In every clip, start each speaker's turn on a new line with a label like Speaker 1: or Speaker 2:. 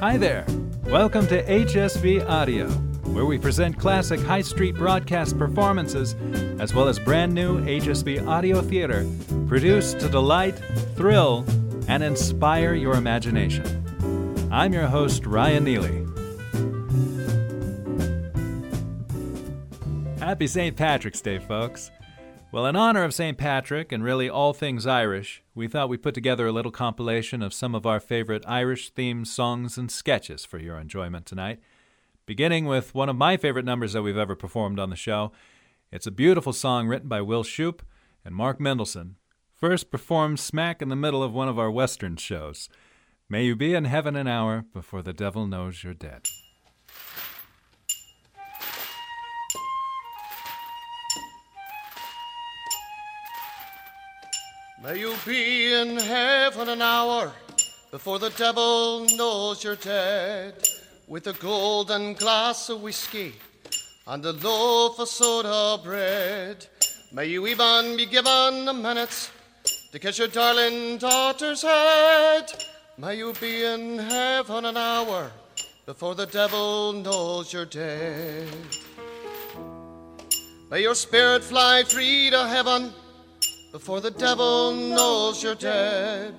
Speaker 1: Hi there. Welcome to HSV Audio, where we present classic high street broadcast performances as well as brand new HSV Audio Theater produced to delight, thrill, and inspire your imagination. I'm your host, Ryan Neely. Happy St. Patrick's Day, folks. Well, in honor of St. Patrick and really all things Irish, we thought we'd put together a little compilation of some of our favorite Irish themed songs and sketches for your enjoyment tonight. Beginning with one of my favorite numbers that we've ever performed on the show. It's a beautiful song written by Will Shoup and Mark Mendelson, first performed smack in the middle of one of our Western shows. May you be in heaven an hour before the devil knows you're dead.
Speaker 2: May you be in heaven an hour before the devil knows you're dead. With a golden glass of whiskey and a loaf of soda bread. May you even be given a minute to kiss your darling daughter's head. May you be in heaven an hour before the devil knows you're dead. May your spirit fly free to heaven before the devil knows you're dead.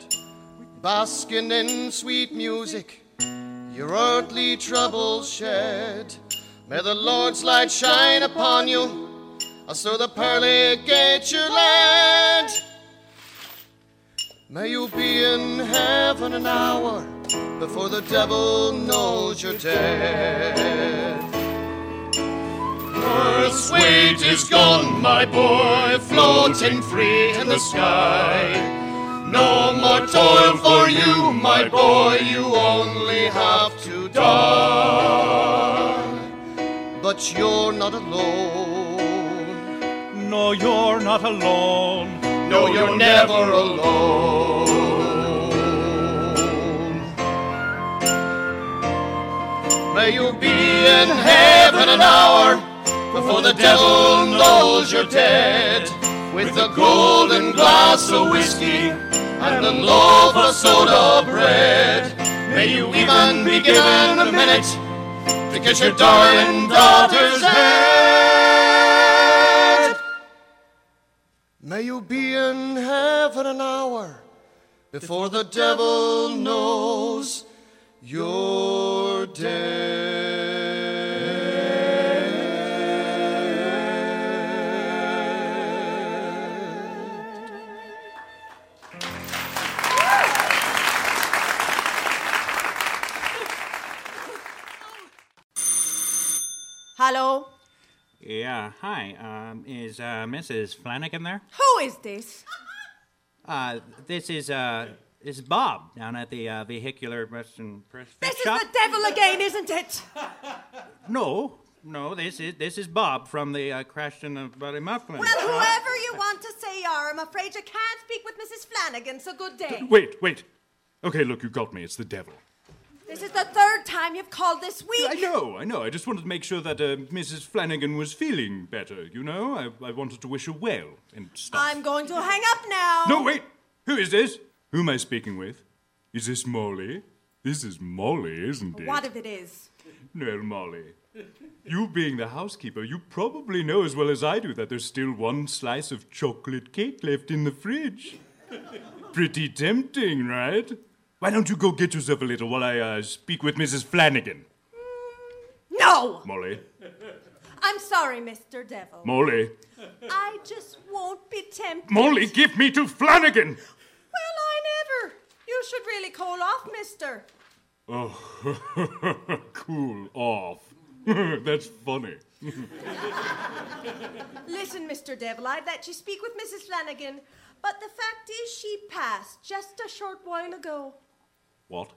Speaker 2: Basking in sweet music, your earthly troubles shed. May the Lord's light shine upon you, as through the pearly gate you're led. May you be in heaven an hour before the devil knows you're dead. Earth's weight is gone, my boy, floating free in the sky. No more toil for you, my boy, you only have to die. But you're not alone.
Speaker 3: No, you're not alone.
Speaker 2: No, you're never alone. May you be in heaven an hour before the devil knows you're dead. With a golden glass of whiskey and a loaf of soda bread. May you even be given a minute to kiss your darling daughter's head. May you be in heaven an hour before the devil knows you're dead.
Speaker 4: Hello?
Speaker 3: Yeah, hi. Um, is uh, Mrs. Flanagan there?
Speaker 4: Who is this?
Speaker 3: Uh, this is uh, this is Bob down at the uh, vehicular Western Press
Speaker 4: This is
Speaker 3: shop.
Speaker 4: the devil again, isn't it?
Speaker 3: no, no, this is this is Bob from the uh, Crash in the Bloody Mufflin.
Speaker 4: Well, whoever you want to say you are, I'm afraid you can't speak with Mrs. Flanagan, so good day.
Speaker 5: Wait, wait. Okay, look, you got me. It's the devil.
Speaker 4: This is the third time you've called this week.
Speaker 5: I know, I know. I just wanted to make sure that uh, Mrs. Flanagan was feeling better, you know? I, I wanted to wish her well and stuff.
Speaker 4: I'm going to hang up now.
Speaker 5: No, wait! Who is this? Who am I speaking with? Is this Molly? This is Molly, isn't it?
Speaker 4: What if it is?
Speaker 5: Well, Molly, you being the housekeeper, you probably know as well as I do that there's still one slice of chocolate cake left in the fridge. Pretty tempting, right? Why don't you go get yourself a little while I uh, speak with Mrs. Flanagan?
Speaker 4: No!
Speaker 5: Molly,
Speaker 4: I'm sorry, Mr. Devil.
Speaker 5: Molly,
Speaker 4: I just won't be tempted.
Speaker 5: Molly, give me to Flanagan!
Speaker 4: Well, I never. You should really call off, mister.
Speaker 5: Oh, cool off. That's funny.
Speaker 4: Listen, Mr. Devil, I'd let you speak with Mrs. Flanagan, but the fact is she passed just a short while ago.
Speaker 5: What?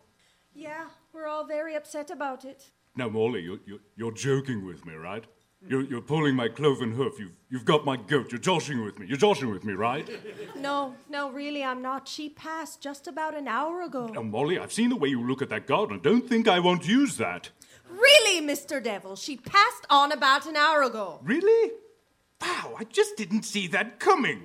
Speaker 4: Yeah, we're all very upset about it.
Speaker 5: Now, Molly, you're, you're, you're joking with me, right? You're, you're pulling my cloven hoof. You've, you've got my goat. You're joshing with me. You're joshing with me, right?
Speaker 4: No, no, really, I'm not. She passed just about an hour
Speaker 5: Now,
Speaker 4: ago.
Speaker 5: Molly, I've seen the way you look at that garden. I don't think I won't use that.
Speaker 4: Really, Mr. Devil, she passed on about an hour ago.
Speaker 5: Really? Wow, I just didn't see that coming.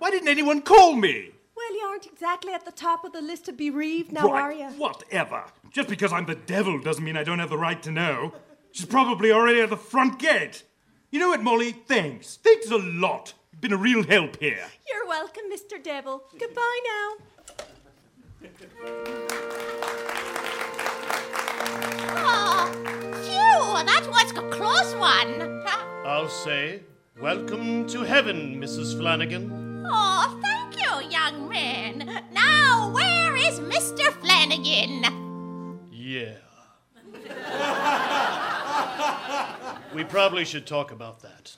Speaker 5: Why didn't anyone call me?
Speaker 4: Well, really aren't exactly at the top of the list of bereaved now,
Speaker 5: right,
Speaker 4: are you?
Speaker 5: whatever. Just because I'm the devil doesn't mean I don't have the right to know. She's probably already at the front gate. You know what, Molly? Thanks. Thanks a lot. You've been a real help here.
Speaker 4: You're welcome, Mr. Devil. Goodbye now.
Speaker 6: Oh, phew, that was a close one.
Speaker 7: I'll say, Welcome to heaven, Mrs. Flanagan.
Speaker 6: Oh, thank you, young man. Now, where is Mr. Flanagan?
Speaker 7: Yeah. we probably should talk about that.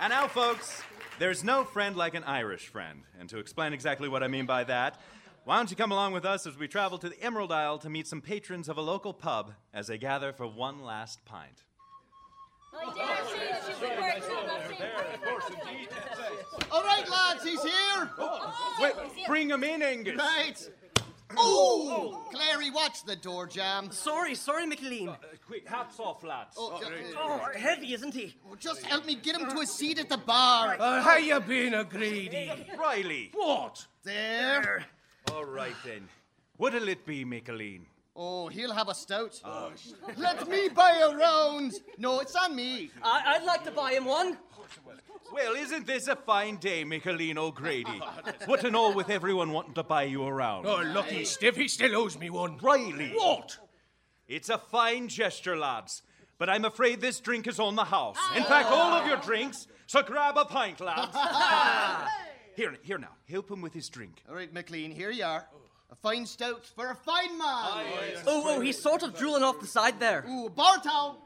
Speaker 8: And now, folks, there's no friend like an Irish friend. And to explain exactly what I mean by that, why don't you come along with us as we travel to the Emerald Isle to meet some patrons of a local pub as they gather for one last pint?
Speaker 9: All right, lads, he's here.
Speaker 5: Wait, bring him in, Angus.
Speaker 9: Right. Oh, Clary, watch the door jam.
Speaker 3: Sorry, sorry, McLean.
Speaker 10: Quick, hats off, lads.
Speaker 9: Oh, ju-
Speaker 3: Oh, heavy, isn't he? Uh,
Speaker 9: oh, just help me get him to a seat at the bar.
Speaker 3: Oh,
Speaker 9: Oh,
Speaker 3: how you been, a greedy?
Speaker 8: Riley!
Speaker 5: What?
Speaker 9: There.
Speaker 8: All right then. What'll it be, Micheline? Oh,
Speaker 9: Oh, he'll have a stout. Let me buy a round. No, it's on me.
Speaker 3: I- I'd like to buy him one.
Speaker 8: Well, isn't this a fine day, Micheline O'Grady? what an all with everyone wanting to buy you around.
Speaker 3: lucky Oh, stiff, he still owes me one.
Speaker 8: Riley!
Speaker 3: What?
Speaker 8: It's a fine gesture, lads. But I'm afraid this drink is on the house. In fact, all of your drinks. So grab a pint, lads. here, here now. Help him with his drink.
Speaker 9: All right, McLean, here you are. A fine stout for a fine man.
Speaker 3: Oh, oh, he's sort of drooling off the side there.
Speaker 9: Ooh, bar towel.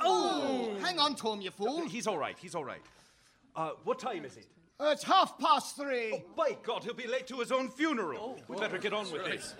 Speaker 9: Oh, hang on, Tom, you fool.
Speaker 8: He's all right. He's all right. Uh, what time is it? Oh,
Speaker 9: It's half past three.
Speaker 8: By God, he'll be late to his own
Speaker 3: Oh,
Speaker 8: funeral. we better get on with this.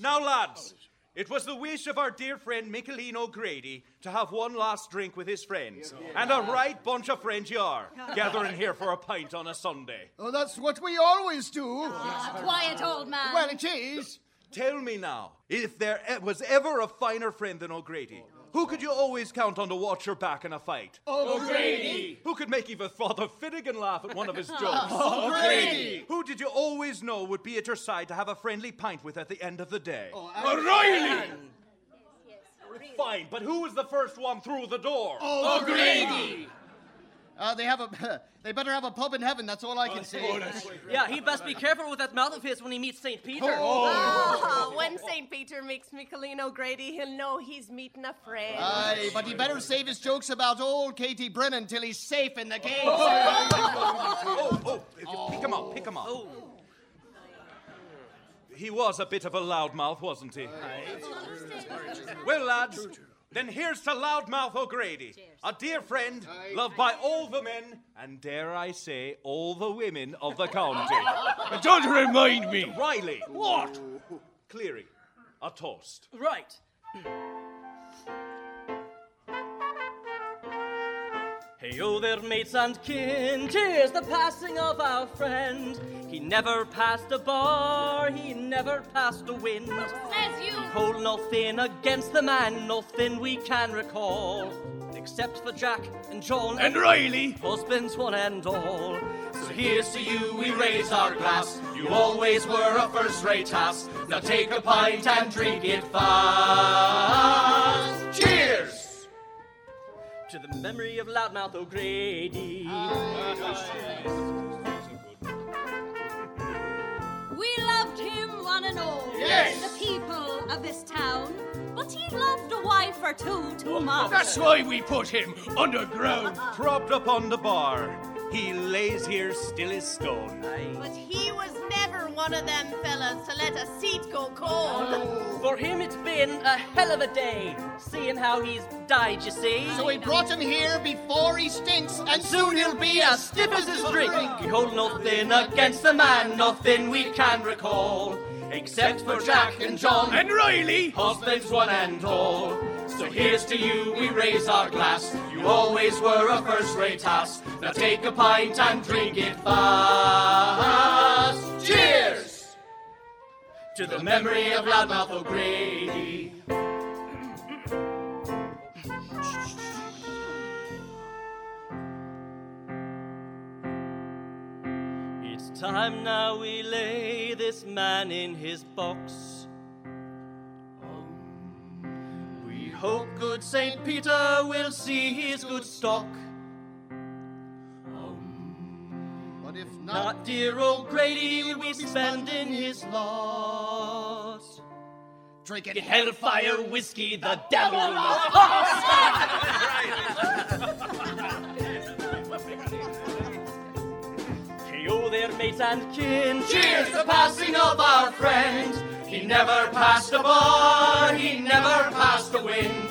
Speaker 8: now, lads, it was the wish of our dear friend Micheline O'Grady to have one last drink with his friends. And a right bunch of friends you are, gathering here for a pint on a Sunday.
Speaker 9: Oh, that's what we always do.
Speaker 6: Ah, Quiet, old man.
Speaker 9: Well, it is.
Speaker 8: Tell me now, if there e- was ever a finer friend than O'Grady, who could you always count on to watch your back in a fight? O'Grady! Who could make even Father Finnegan laugh at one of his jokes?
Speaker 9: O'Grady.
Speaker 8: who did you always know would be at your side to have a friendly pint with at the end of the day?
Speaker 5: O'Reilly!
Speaker 8: Fine, but who was the first one through the door?
Speaker 9: Uh, they have a. They better have a pub in heaven. That's all I can
Speaker 5: Oh,
Speaker 9: say.
Speaker 3: Yeah, he best be careful with that mouth of his when he meets St. Peter.
Speaker 4: Oh, when St. Peter makes Micheline O'Grady, he'll know he's meeting a friend.
Speaker 9: Aye, but he better save his jokes about old Katie Brennan till he's safe in the cage.
Speaker 10: oh,
Speaker 8: Oh, oh, pick him up, pick him up. He was a bit of a loudmouth, wasn't he? Well, lads, then here's to Loudmouth O'Grady, a dear friend, loved by all the men, and dare I say, all the women of the county.
Speaker 5: Don't remind me.
Speaker 8: Riley. What? Cleary, a toast.
Speaker 3: Right. Hey, oh there, mates and kin, tis the passing of our friend. He never passed a bar, he never passed a wind.
Speaker 6: Says you.
Speaker 3: Cold nothing against the man, nothing we can recall. Except for Jack and John and
Speaker 5: Riley!
Speaker 3: husbands one and all. So here's to you, we raise our glass. You always were a first rate ass. Now take a pint and drink it fast. Cheers! To the memory of Loudmouth O'Grady.
Speaker 6: We loved him one and all. Yes. The people of this town. But he loved a wife or two too much.
Speaker 5: Oh, why we put him underground.
Speaker 8: Propped up on the bar, he lays here still as stone.
Speaker 6: But he was never one of them fellas to let a seat go cold.
Speaker 3: For him, it's been a hell of a day, seeing how he's died, you see.
Speaker 9: So we brought him here before he stinks, and soon he'll be as stiff as his drink.
Speaker 3: We hold nothing against the man, nothing we can recall. Except for Jack and John and Riley, husbands one and all. So here's to you, we raise our glass. You always were a first rate ass. Now take a pint and drink it fast. Cheers! To the memory of Loudmouth O'Grady.
Speaker 10: Time now we lay this man in his box. Um, we hope good Saint Peter will see his good stock.
Speaker 9: But if not,
Speaker 10: Not dear old Grady, we spend in his lot.
Speaker 9: drinking
Speaker 10: Get hellfire whiskey, the devil will KO their mates and kin.
Speaker 3: Cheers the passing of our friend. He never passed a bar, he never passed a wind.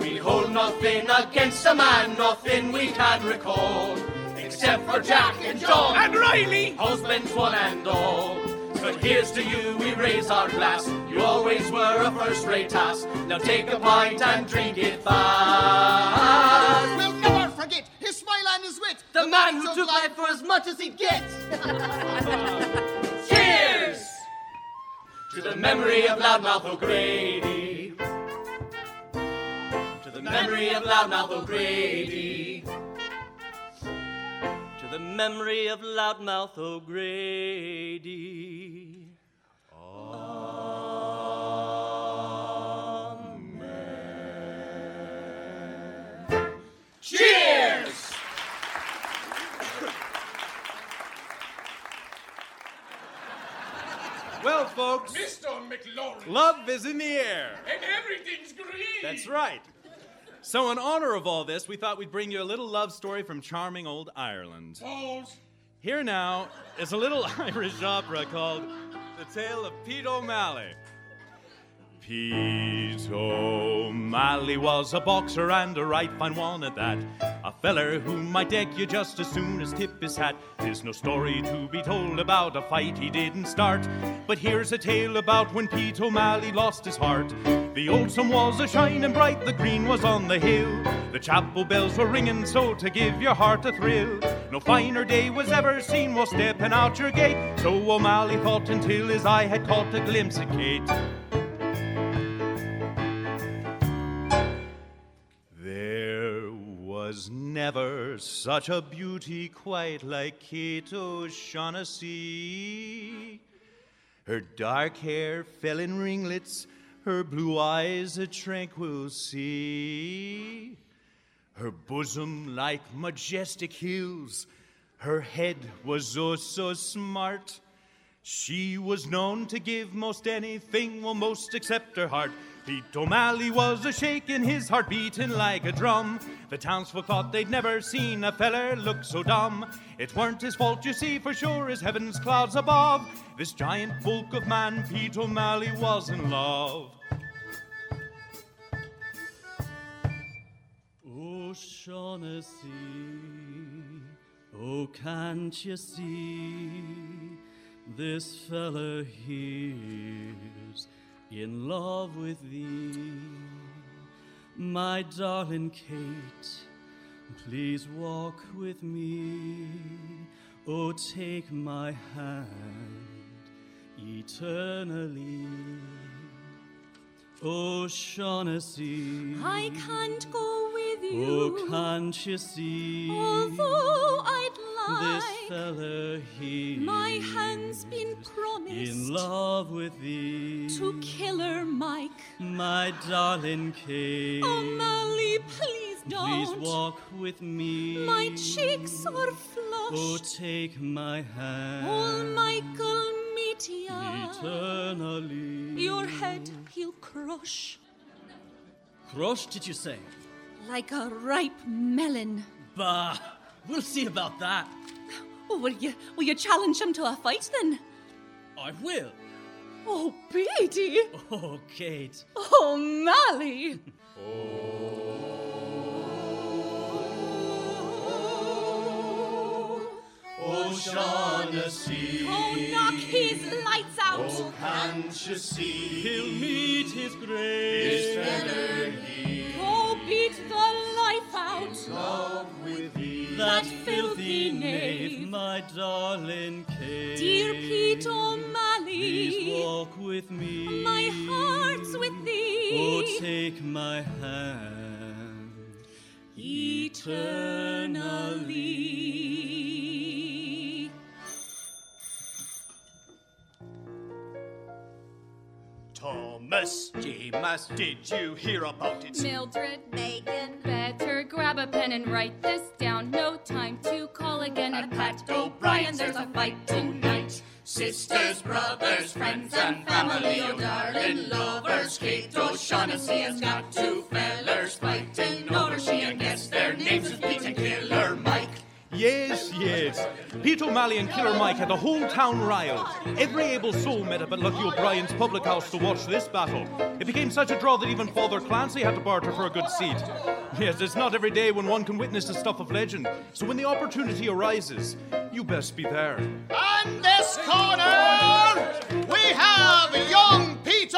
Speaker 3: We hold nothing against a man, nothing we can recall, except for Jack and John and Riley, husbands one and all. But here's to you, we raise our glass. You always were a first-rate ass. Now take a pint and drink it fast.
Speaker 9: We'll never forget his smile and his wit.
Speaker 10: Ah. The man who took life for as much as he'd get.
Speaker 3: Cheers! To the memory of Loudmouth O'Grady. To the memory of Loudmouth O'Grady.
Speaker 10: To the memory of Loudmouth O'Grady.
Speaker 3: Cheers!
Speaker 8: Well, folks,
Speaker 11: Mr. McLaurin.
Speaker 8: love is in the air.
Speaker 11: And everything's green.
Speaker 8: That's right. So, in honor of all this, we thought we'd bring you a little love story from charming old Ireland.
Speaker 11: Balls.
Speaker 8: Here now is a little Irish opera called The Tale of Pete O'Malley. Pete O'Malley was a boxer and a right fine one at that. A feller who might deck you just as soon as tip his hat. There's no story to be told about a fight he didn't start. But here's a tale about when Pete O'Malley lost his heart. The old sun was a shining bright, the green was on the hill. The chapel bells were ringing, so to give your heart a thrill. No finer day was ever seen while stepping out your gate. So O'Malley thought until his eye had caught a glimpse of Kate. There was never such a beauty quite like Kate O'Shaughnessy. Her dark hair fell in ringlets, her blue eyes a tranquil sea. Her bosom like majestic hills, her head was oh so smart. She was known to give most anything, well, most except her heart. Pete O'Malley was a shaking, his heart beating like a drum. The townsfolk thought they'd never seen a feller look so dumb. It weren't his fault, you see, for sure as heaven's clouds above. This giant bulk of man, Pete O'Malley, was in love.
Speaker 10: O'Shaughnessy, oh, can't you see? This fella here's in love with thee. My darling Kate, please walk with me. Oh, take my hand eternally. O'Shaughnessy.
Speaker 6: I can't go with you.
Speaker 10: Oh, can't you see?
Speaker 6: Although I'd
Speaker 10: this
Speaker 6: like,
Speaker 10: fella here
Speaker 6: my hand's been promised
Speaker 10: in love with thee,
Speaker 6: to Killer Mike.
Speaker 10: my darling Kate.
Speaker 6: O'Malley, Oh, please don't.
Speaker 10: please walk with me.
Speaker 6: My cheeks are
Speaker 10: Oh,
Speaker 6: flushed.
Speaker 10: take my hand.
Speaker 6: Old Michael Meteor.
Speaker 10: Eternally.
Speaker 6: Your head he'll crush
Speaker 10: Crush, did you say?
Speaker 6: like a ripe melon.
Speaker 10: Bah, we'll see about that.
Speaker 6: Oh, will you will you challenge him to a fight then?
Speaker 10: I will.
Speaker 6: Oh, Beatty.
Speaker 10: Oh, Kate.
Speaker 6: Oh, Mally.
Speaker 3: O'Shaughnessy.
Speaker 6: Oh, knock his lights out.
Speaker 3: Oh, can't you see?
Speaker 10: He'll meet his grave.
Speaker 3: This feller here
Speaker 6: Oh, beat the life
Speaker 3: in
Speaker 6: out.
Speaker 3: love with thee.
Speaker 10: That
Speaker 6: filthy
Speaker 10: filthy knave,
Speaker 6: knave.
Speaker 10: my darling Kate.
Speaker 6: Dear Pete
Speaker 10: Please
Speaker 6: O'Malley,
Speaker 10: walk with me.
Speaker 6: my heart's with
Speaker 10: Oh,
Speaker 6: thee.
Speaker 10: take my hand.
Speaker 6: Eternally.
Speaker 3: Rusty Muss. Did you hear about it?
Speaker 12: Mildred, Megan, better grab a pen and write this down. No time to call again. At Pat O'Brien, there's a fight tonight.
Speaker 3: Sisters, brothers, friends, and family, oh darling lovers. Kate O'Shaughnessy has got two fellers fighting over she, and yes, their names is Pete and Killer Mike.
Speaker 8: Yes, yes. Pete O'Malley and Killer Mike had the whole town riled. Every able soul met up at Lucky O'Brien's public house to watch this battle. It became such a draw that even Father Clancy had to barter for a good seat. Yes, it's not every day when one can witness the stuff of legend, so when the opportunity arises, you best be there.
Speaker 9: On this corner, we have young Pete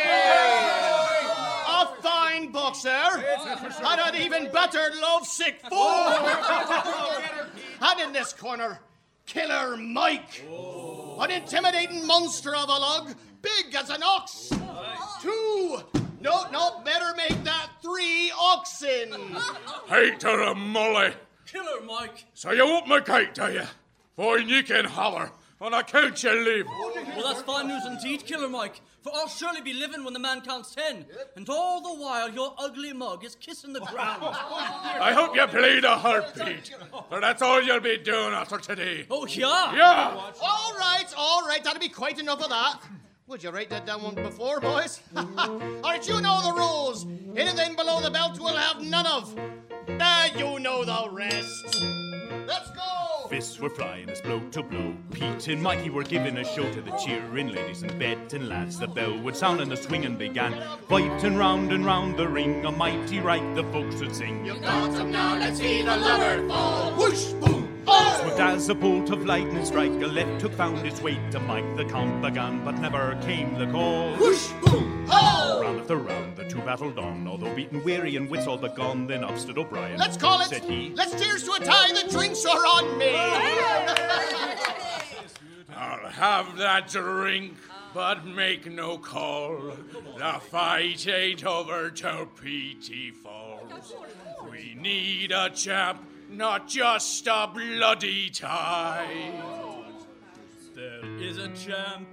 Speaker 9: O'Malley! A fine boxer, and an even better lovesick fool! and in this corner, Killer Mike! An intimidating monster of a lug, big as an ox! Two! No, no, better make that three oxen!
Speaker 11: Hater of Molly.
Speaker 9: Killer Mike!
Speaker 11: So you want my cake, do you? For you can holler, on account you live.
Speaker 13: Well, that's fine news indeed, Killer Mike. For I'll surely be living when the man counts ten. And all the while, your ugly mug is kissing the ground.
Speaker 11: I hope you bleed a heartbeat, for that's all you'll be doing after today.
Speaker 13: Oh, yeah?
Speaker 11: Yeah!
Speaker 9: All right, all right, that'll be quite enough of that. Would you write that down one before, boys? all right, you know the rules. Anything below the belt we'll have none of. Ah, you know the rest. Let's go!
Speaker 14: Fists were flying as blow to blow. Pete and Mikey were giving a show to the cheering ladies and betting lads. The bell would sound and the swinging began. Fighting round and round the ring, a mighty right the folks would sing.
Speaker 3: You got 'em now, let's see the lover fall. Whoosh!
Speaker 14: Swift as a bolt of lightning strike, a left hook found its way to Mike. The count began, but never came the call. Whoosh! Boom!
Speaker 9: Oh!
Speaker 14: Round after round, the two battled on, although beaten, weary, and wits all begone. Then up stood O'Brien.
Speaker 9: Let's call it.
Speaker 14: Said he.
Speaker 9: Let's cheers to a tie. The drinks are on me.
Speaker 11: I'll have that drink, but make no call. The fight ain't over till PT falls. We need a champ, not just a bloody tie.
Speaker 13: There is a champ.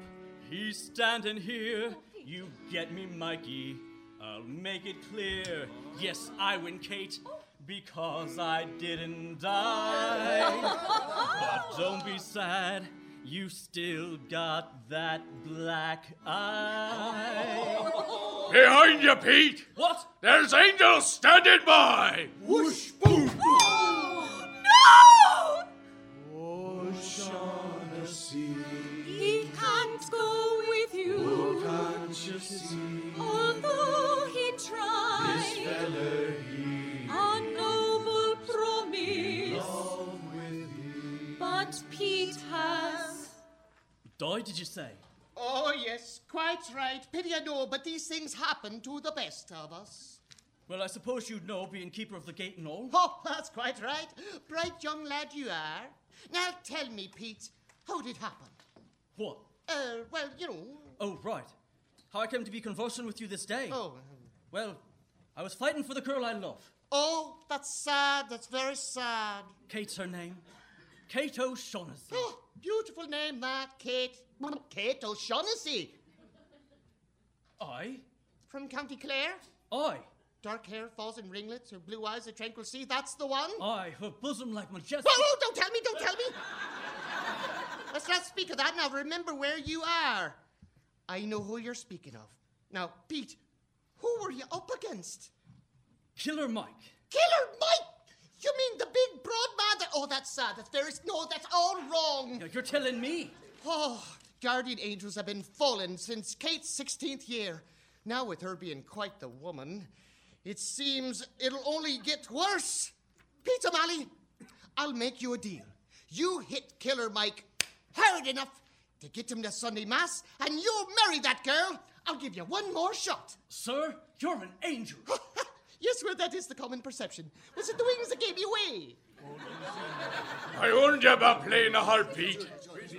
Speaker 13: He's standing here. You get me, Mikey. I'll make it clear. Yes, I win, Kate. Because I didn't die. But don't be sad. You still got that black eye.
Speaker 11: Behind you, Pete!
Speaker 13: What?
Speaker 11: There's Angel standing by!
Speaker 3: Whoosh!
Speaker 6: No!
Speaker 3: O'Shaughnessy,
Speaker 6: He can't go with you.
Speaker 3: can't you see?
Speaker 6: Although he tried a noble promise, but uh, Pete has.
Speaker 13: Die, did you say?
Speaker 9: Oh yes, quite right. Pity I know, but these things happen to the best of us.
Speaker 13: Well, I suppose you'd know, being keeper of the gate and all.
Speaker 9: Oh, that's quite right. Bright young lad you are. Now tell me, Pete, how did it happen?
Speaker 13: What?
Speaker 9: Uh, well, you know.
Speaker 13: Oh, right. How I came to be conversing with you this day. Oh. Well, I was fighting for the girl I love.
Speaker 9: Oh, that's sad. That's very sad.
Speaker 13: Kate's her name. Kate O'Shaughnessy.
Speaker 9: Oh, beautiful name that, Kate. Kate O'Shaughnessy.
Speaker 13: I?
Speaker 9: From County Clare?
Speaker 13: I.
Speaker 9: Dark hair falls in ringlets, her blue eyes a tranquil sea. That's the one.
Speaker 13: I, her bosom like majestic.
Speaker 9: Whoa, whoa, don't tell me, don't tell me. Let's not speak of that now. Remember where you are. I know who you're speaking of. Now, Pete, who were you up against?
Speaker 13: Killer Mike.
Speaker 9: Killer Mike? You mean the big broad man that. Oh, that's sad. That's there is. No, that's all wrong.
Speaker 13: You're telling me.
Speaker 9: Oh, guardian angels have been fallen since Kate's 16th year. Now, with her being quite the woman, it seems it'll only get worse. Pete O'Malley, I'll make you a deal. You hit Killer Mike hard enough to get him to Sunday Mass, and you'll marry that girl. I'll give you one more shot. Oh,
Speaker 13: Sir, you're an angel.
Speaker 9: yes, well, that is the common perception. Was it the wings that gave you away?
Speaker 11: I warned you about playing a heartbeat.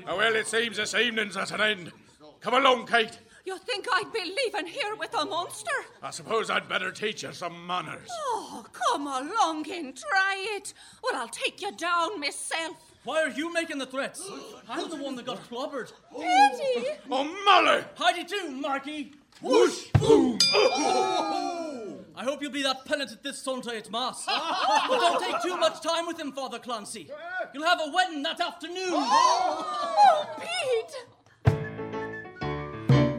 Speaker 11: Oh, well, it seems this evening's at an end. Come along, Kate.
Speaker 6: You think I'd be leaving here with a monster?
Speaker 11: I suppose I'd better teach you some manners.
Speaker 6: Oh, come along and try it, or I'll take you down myself.
Speaker 13: Why are you making the threats? I'm the one that got clobbered.
Speaker 6: Eddie!
Speaker 11: Oh, Molly!
Speaker 13: Howdy do, Marky!
Speaker 11: Whoosh! Boom!
Speaker 13: I hope you'll be that penitent at this Sunday at Mass. but don't take too much time with him, Father Clancy. You'll have a wedding that afternoon.
Speaker 6: Oh, Pete!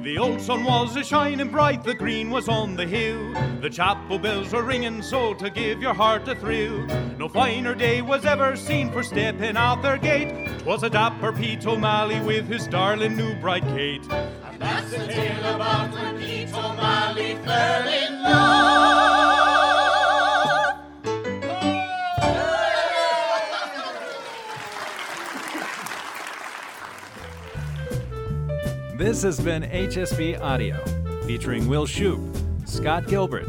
Speaker 8: The old sun was a shining bright, the green was on the hill. The chapel bells were ringing so to give your heart a thrill. No finer day was ever seen for stepping out their gate. 'Twas a dapper Pete O'Malley with his darling new bride Kate.
Speaker 3: That's the tale about when Pete O'Malley fell in love.
Speaker 1: This has been HSB Audio, featuring Will Shoup, Scott Gilbert,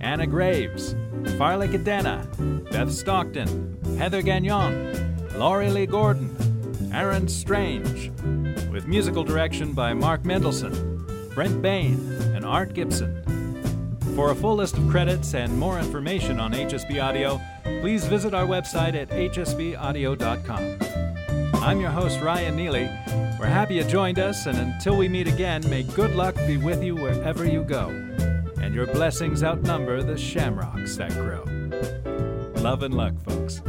Speaker 1: Anna Graves, Farley Cadena, Beth Stockton, Heather Gagnon, Laurie Lee Gordon, Aaron Strange, with musical direction by Mark Mendelson, Brent Bain, and Art Gibson. For a full list of credits and more information on HSB Audio, please visit our website at hsbaudio.com. I'm your host, Ryan Neely. We're happy you joined us, and until we meet again, may good luck be with you wherever you go, and your blessings outnumber the shamrocks that grow. Love and luck, folks.